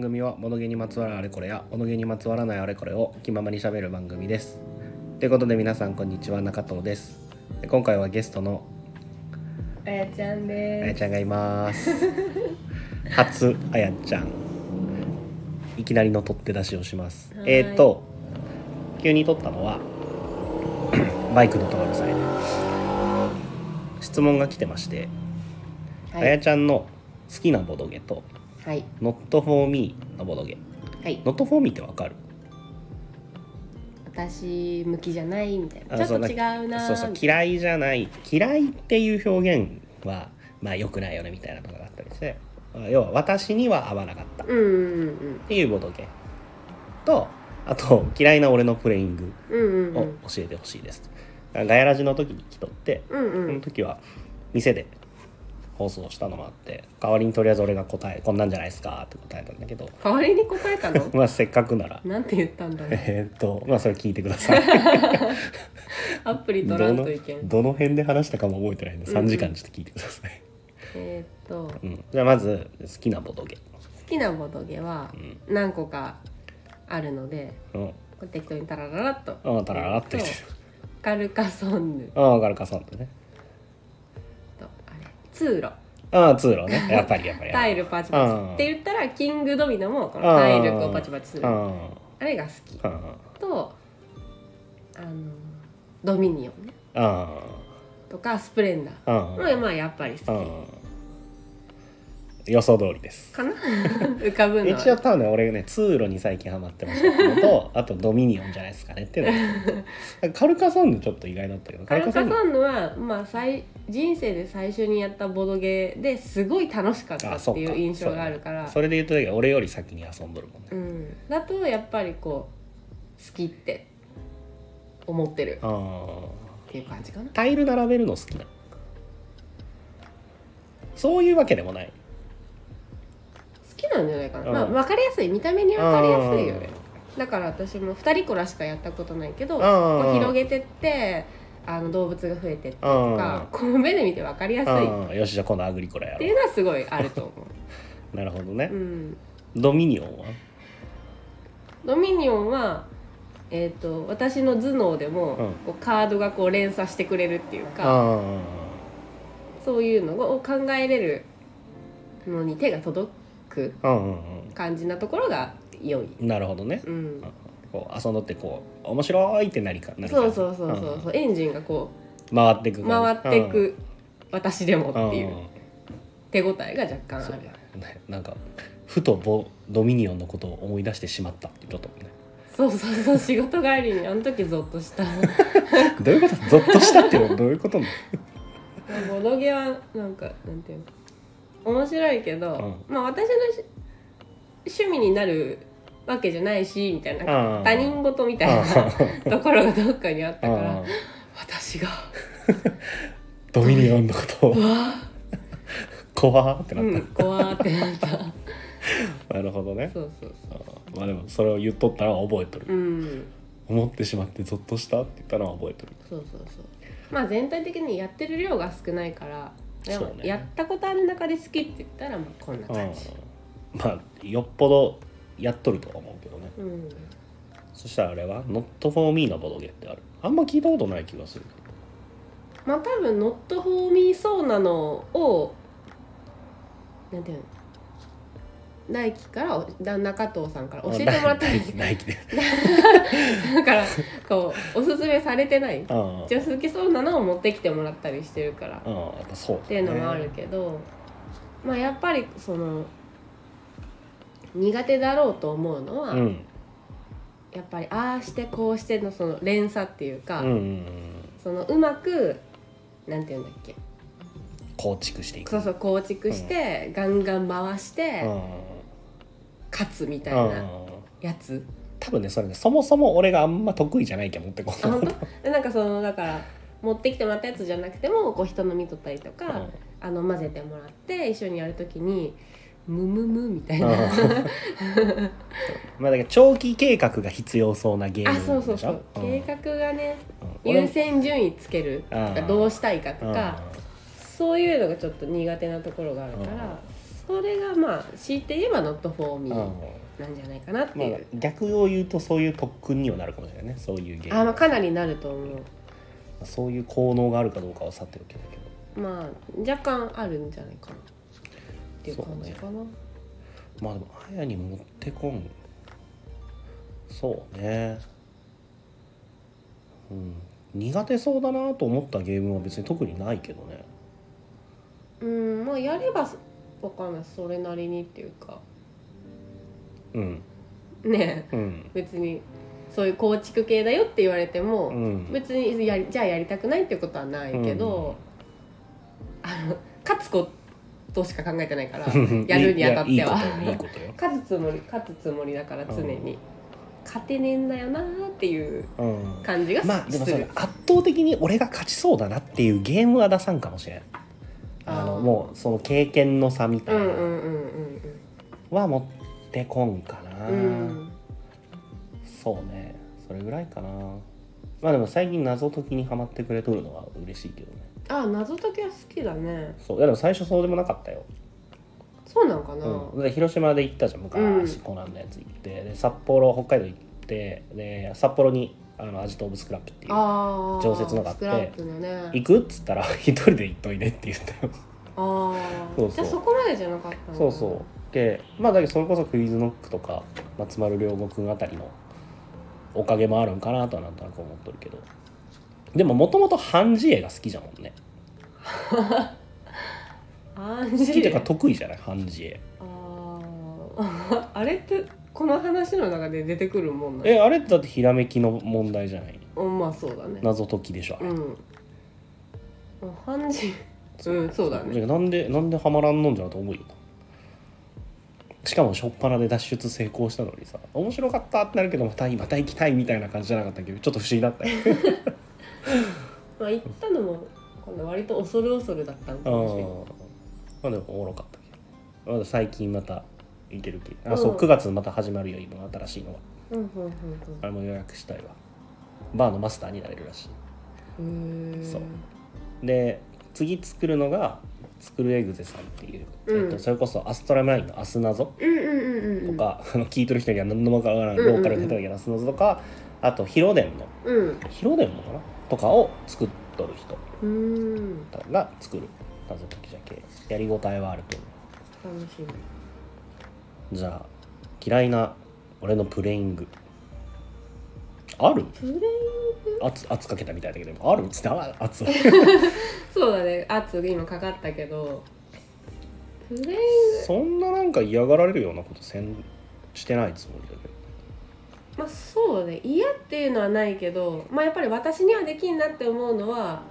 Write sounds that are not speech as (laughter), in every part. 組は物毛にまつわるあれこれや物毛にまつわらないあれこれを気ままにしゃべる番組です。ということで皆さんこんにちは中藤です。で今回はゲストのあやちゃんあやでちゃんがい (laughs) ます。初あやちゃん。いきなりの取って出しをしますは。ーいえっ、と急に取ったのは (coughs) バイクのところさえ質問が来てまして、す。あやちゃんの好きなボドゲとはい。 Not for me のボドゲ。はい。 Not for me ってわかる私向きじゃないみたいあな。ちょそうっとなん違かうな。そうそう嫌いじゃない嫌いっていう表現はまあ良くないよねみたいなのがあったりしてまあ要は私には合わなかったっうんうんていうボドゲとあと嫌いな俺のプレイングうん。うんうんうをん。教えてほしいです、ガヤラジの時に来とってうんうそのん。時は店で放送したのもあって代わりにとりあえず俺が答えこんなんじゃないですかって答えたんだけど？代わりに答えたの (laughs) まあせっかくならなんて言ったんだ (laughs) ろう。えーっとまあそれ聞いてくださいアプリど取らんといけのん。どの辺で話したかも覚えてないんでうんうん3時間ちょっと聞いてください、えーっと好うんじゃあまず好きなボドゲ、きなボトゲはうん何個かあるので、うん、これ適当にタラララっと。ああたららって言ってえーっとカルカソンヌるああガルカさんとねとあれ通路ああ通路 (laughs) ねやっぱりやっぱりタイルパチうパんチって言ったらキングドミノもこのタイルこうパチパチするああーれが好き。あーとあのドミニオンねあとかスプレンダーあーーのまあやっぱりあ好ー予想通りですきかな (laughs) 浮かぶの一応は多分ね俺ね通路に最近ハマってましたっていうのとあとドミニオンじゃないですかねっていう (laughs) のカルカソンヌちょっと意外だったけどカルカンヌソンヌは、まあ、最人生で最初にやったボドゲーですごい楽しかったあってそいう印象があるかそうらだねそれで言うとだけど俺より先に遊んどるもんねうん、だとやっぱりこう好きって思ってるあっていう感じかなータイル並べるの好きなのそういうわけでもない好きなんじゃないかな、うんまあ、分かりやすい見た目に分かりやすいよねあだから私も2人こらしかやったことないけどあーこう広げてってあの動物が増えてってあーとかこう目で見て分かりやすいっあーよしじゃあ今度アグリコラやていうろのはすごいあると思うなるほどう、ねう、ん、ドミニオンはドミニオンは、えー、と私の頭脳でうも、んこうカードがこう連鎖してくれるっていうかあそういうのを考えれるのに手が届くあうんうん感じなところが良い、うんなるほどねうん、こう遊んどってこう面白いってなりかなるかそうそうそうそうそうエンジンがこうん回ってくう回感っじていく私でもうんっていううん手応えが若干そうあだるよねなんかふとボドミニオンのことを思い出してしまったっていうこともねそうそうそう仕事帰りにあの時ゾッとしたどういうことゾッとしたっていうのはどういうことなのボドゲはなんかなんていうの面白いけど、まあ私のし趣味になるわけじゃないしみたいなあー他人事みたいなあところがどっかにあったからあ私がドミニオンのことを怖ーってなうっん怖ーってなったた、なるほどねそうそうそあーまあでもそれを言っとったら覚えとるううん思ってしまってゾッとしたって言ったのは覚えとるそうそうそうまあ全体的にやってる量が少ないからでもそうねやったことある中で好きって言ったらまあこんな感じうんまあよっぽどやっとるとは思うけどねうんそしたらあれは「Not for me」のボドゲってあるあんま聞いたことない気がするまあ多分「ノット・フォー・ミー・そうなのをなんていうの大輝から旦那加藤さんから教えてもらった大んです気大気でだからこ (laughs) うおすすめされてないあ一応好きそうなのを持ってきてもらったりしてるからあやっぱそうっていうのもあるけど、まあやっぱりその苦手だろうと思うのは、うんやっぱりああしてこうしてのその連鎖っていうか、うんうんうんそのうまくなんていうんだっけ構築していくそうそう構築して、ガンガン回して、うん勝つみたいうんなやつ、多分ねそれねそもそも俺があんま得意じゃないけど持ってこあな本い当なんかそのだから持ってきてもらったやつじゃなくてもこう人の見とったりとか、あの混ぜてもらって一緒にやるときにムムムみ (laughs) たいな、まあだから長期計画が必要そうなゲームあでしょそうそうそう、ん計画がねうん俺優先順位つけるとあかーどうしたいかとうんか、そういうのがちょっと苦手なところがあるから、うんそれがまあ強いて言えばノットフォーミうんーなんじゃないかなってまいあう、、逆を言うとそういう特訓にはなるかもしれないねそういうゲームあまあかなりなると思そういう効能があるかどうかはさておきだけどうまあ若干あるんじゃないかなっていう感じかな、まあでもあやに持ってこんそうねうん苦手そうだなと思ったゲームは別に特にないけどねうんまあやればわかんないそれなりにっていうかうんねえうん別にそういう構築系だよって言われても、うん別にやりじゃあやりたくないっていうことはないけど、あの勝つことしか考えてないから (laughs) (laughs) やるにあたってはいやいいことよいいこ勝つつもり勝つつもりだから常に、うん勝てねえんだよなーっていうとよ、うん、感じがする、まあでもそれ圧倒的に俺が勝ちそうだなっていうゲームは出さんかもしれんあのあーもうその経験の差みたういんうなんうんは持ってこんかな、うんうんそうねそれぐらいかなまあでも最近謎解きにはまってくれとるのは嬉しいけどねああ謎解きは好きだねそういやでも最初そうでもなかったよ、そうなんかな、うん、で広島で行ったじゃん昔、うんコナンのやつ行ってで札幌北海道行ってで札幌にあの味とオブスクラップっていうああ常設のがあってスクラップのね行くっつったら (laughs) 一人で行っといでって言ったよああそうそうじゃあそこまでじゃなかったんだそうそうでまあだけどそれこそクイズノックとか松丸亮吾くんあたりのおかげもあるんかなとはなんとなく思っとるけどでももともと半字絵が好きじゃもんねあ好好きというか得意じゃない半字絵あー (laughs) あれってこの話の中で出てくるもんなんやえあれってだってひらめきの問題じゃないうんまあそうだね謎解きでしょあうれ、ん半人うんそうだねじゃあなんでなんでハマらんのんじゃなと思うよしかも初っ端で脱出成功したのにさ面白かったってなるけどまたまた行きたいみたいな感じじゃなかったけどちょっと不思議だったよまあ行ったのも今度割と恐る恐るだったんあかもしれないーまあでもおもろかったけどまだ最近また行けるけあそううん9月また始まるよ今新しいのはうんうんあれも予約したいわバーのマスターになれるらしいうんうんへーそうで次作るのが作るエグゼさんっていう、うんえっと、それこそアストラムラインの「明日謎うんうんうんうんとか、 (laughs) あの聞いとる人には何のわからないうんうんうんローカルネタだけど「明日謎とかあと「ヒロデン」のうん「ヒロデン」のかなとかを作っとる人うーんが作る謎解きじゃけやりごたえはあると思楽しみうじゃあ嫌いな俺のプレイングあるプレイン圧圧かけたみたいだけどあるっ (laughs) つってあ圧はそうだね圧が今かかったけどプレインそんななんか嫌がられるようなことせんしてないつもりだけどまあそうね嫌っていうのはないけど、まあ、やっぱり私にはできんなって思うのは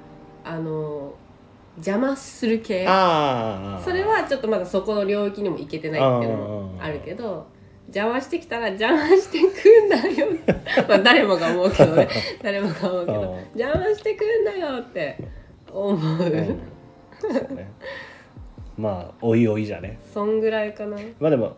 あの邪魔する系ああ (laughs) それはちょっとまだそこの領域にも行けてないっていうのもあーあるけど邪魔してきたら邪魔してくんだよ (laughs) まあ誰もが思う (laughs) けどね誰もが思うけど邪魔してくんだよって思う、うんそうねまあおいおいじゃねそんぐらいかなまあでも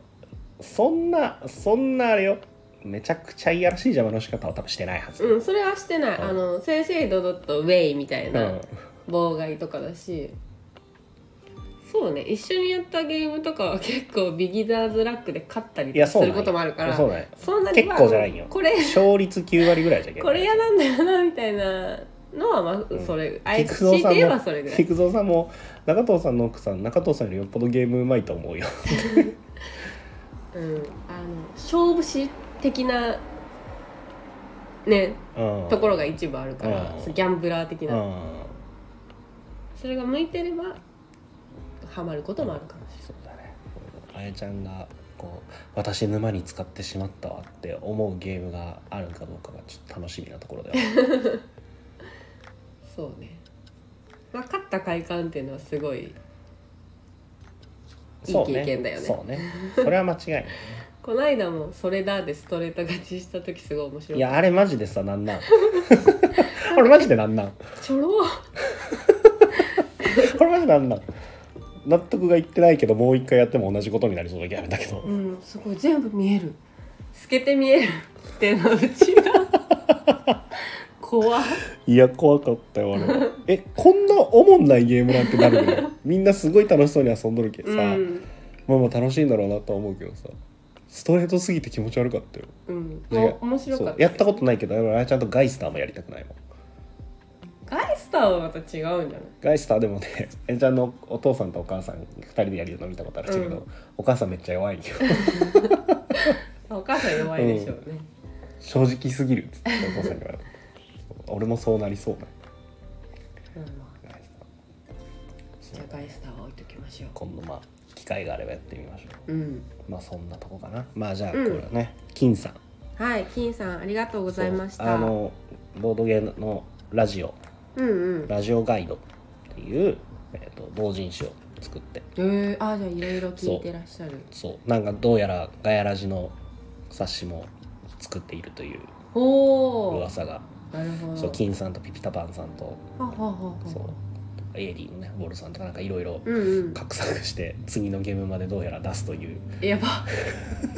そんなそんなあれよめちゃくちゃいやらしい邪魔の仕方は多分してないはず、うんそれはしてないあの正々堂々とウェイみたいな、うん妨害とかだしそうね一緒にやったゲームとかは結構ビギナーズラックで勝ったりいやすそうなんるよこともあるからそうだねそんなにまあ結構じゃないよこれ勝率9割ぐらいじゃけんこれ嫌なんだよなみたいなのはまあ、それあい菊つ蔵強いさてん言えもばそれぐらい菊蔵さんも中藤さんの奥さん中藤さんよりよっぽどゲームうまいと思うようんあの勝負師的なねうんところが一部あるから、うんギャンブラー的うな、んそれが向いてればハマることもあるかもしそうだねあやちゃんがこう私沼に使ってしまったわって思うゲームがあるかどうかがちょっと楽しみなところだよれないそうね、まあ、勝った快感っていうのはすごいそういい経験だよねそうねそれは間違いないねこの間も「それだ」でストレート勝ちした時すごい面白いかっやあれマジでさなんなんこれマジでなんなんたちょろーこれマジでなんなん納得がいってないけどもう一回やっても同じことになりそうなゲームだけどうんすごい全部見える透けて見えるってのうちが (laughs) 怖っいや怖かったよあ (laughs) れえこんなおもんないゲームなんてなるのよみんなすごい楽しそうに遊んどるけどさ、うんまあまあ楽しいんだろうなとは思うけどさストレートすぎて気持ち悪かったようん、いやお面白かそうったやったことないけどあやちゃんとガイスターもやりたくないもんガイスターはまた違うんじゃないガイスターでもね (laughs) あやちゃんのお父さんとお母さん2人でやるの見たことあるけど、うんお母さんめっちゃ弱いよあお母さん弱いでしょうね、正直すぎるっつってお父さんに言われた俺もそうなりそうなうんまガあイスターじゃあガイスターは置いときましょ今度まあ機会があればやってみましょううんうまあそんなとこかなまあじゃあこうんれはね、金さんはい金さんありがとうございましそうたあのボードゲームのラジオうんうんラジオガイドっていう、えー、と同人誌を作ってえー、あーじゃあいろいろ聞いてらっしゃるそうなんかどうやらガヤラジの冊子も作っているというおお噂がなるほどそう金さんとピピタパンさんとははははそうエイリーのねウォルさんとかなんかいろいろうんうん画策して次のゲームまでどうやら出すというやば (laughs)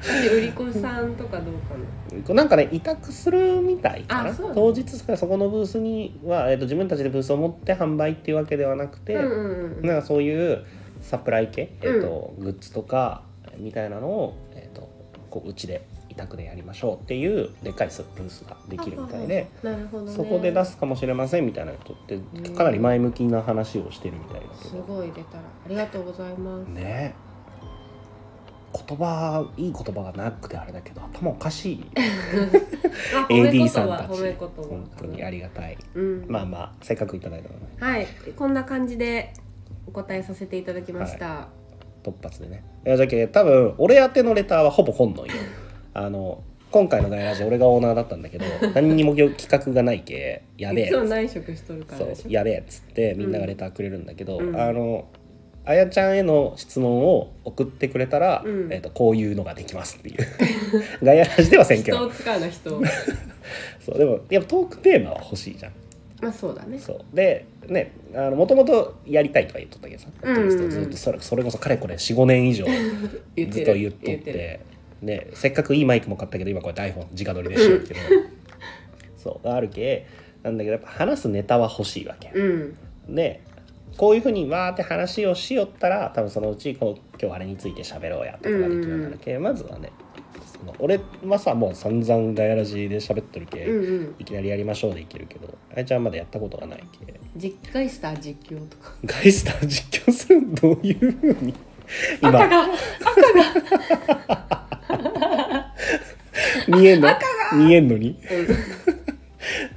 私売り子さんとかどうかなんかね委託するみたいかな、あそう当日ですからそこのブースには、えー、と自分たちでブースを持って販売っていうわけではなくて、なうんうんうんなんかそういうサプライ系、えーとグッズとかみたいなのを、えー、とこううちで委託でやりましょうっていうでっかいスブースができるみたいで、なるほど、ね、そこで出すかもしれませんみたいなことってうんかなり前向きな話をしてるみたいだけすどごい出たらありがとうございますねえ言葉いい言葉がなくてあれだけど頭おかしいあ AD さんたち褒め言葉褒め言葉本当にありがたいうんまあまあせっかくいただいたのでねはいこんな感じでお答えさせていただきました、突発でねいやじゃけ多分俺宛てのレターはほぼ本 (laughs) のよあの今回の「ガイラジ」俺がオーナーだったんだ (laughs) けど何にも企画がないけやべいえつも内職しとるからそうでしょやべえっつってみんながレターくれるんだけど、うんあのあやちゃんへの質問を送ってくれたら、うんえー、とこういうのができますっていう (laughs) ガイラジでは選挙人を使うな (laughs) 人をそうでもやっぱトークテーマは欲しいじゃんまあそうだねそうでねもともとやりたいとは言っとったけどさ、うんうんうんずっとそれそれこそかれこれ45年以上言っずてっると言っとっててるね、せっかくいいマイクも買ったけど今これ iPhone 直撮りでしょけど (laughs) そうあるけなんだけどやっぱ話すネタは欲しいわけ、うんでこういうふうにわーって話をしよったら多分そのうちこう今日あれについて喋ろうやとかができるようになるけ、まずはねその俺はさもう散々ガヤラジで喋っとるけ、うんうんいきなりやりましょうでいけるけどあやちゃんまだやったことがないけ実家した実況とかガイスター実況するのどういうふうに (laughs) 赤今が見えんの見えんのにう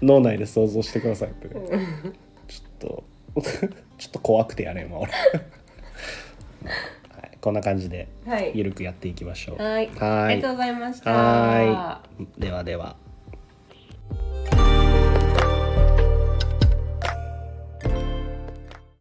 脳内で想像してくださいって、んうんちょっと (laughs) ちょっと怖くてやれんわ俺、 (laughs) まあはい、こんな感じではいゆるくやっていきましょうはいはありいがとうございましたはいではでは